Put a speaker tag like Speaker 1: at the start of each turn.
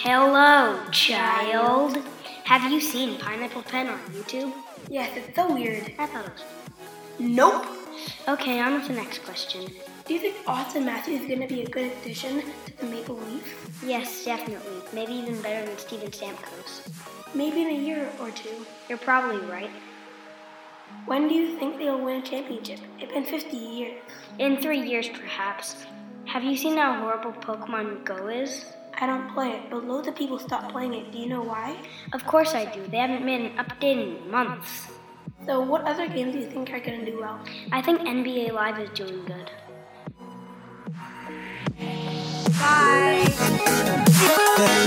Speaker 1: Hello, child. Have you seen Pineapple Pen on YouTube?
Speaker 2: Yes, it's so weird.
Speaker 1: I thought it was fun.
Speaker 2: Nope.
Speaker 1: Okay, on with the next question.
Speaker 2: Do you think Austin Matthews is going to be a good addition to the Maple Leafs?
Speaker 1: Yes, definitely. Maybe even better than Steven Stamkos.
Speaker 2: Maybe in a year or two.
Speaker 1: You're probably right.
Speaker 2: When do you think they'll win a championship? It's been 50 years.
Speaker 1: In three years, perhaps. Have you seen how horrible Pokemon Go is?
Speaker 2: I don't play it, but loads of people stopped playing it. Do you know why?
Speaker 1: Of course I do. They haven't made an update in months.
Speaker 2: So, what other games do you think are going to do well?
Speaker 1: I think NBA Live is doing good.
Speaker 3: Bye.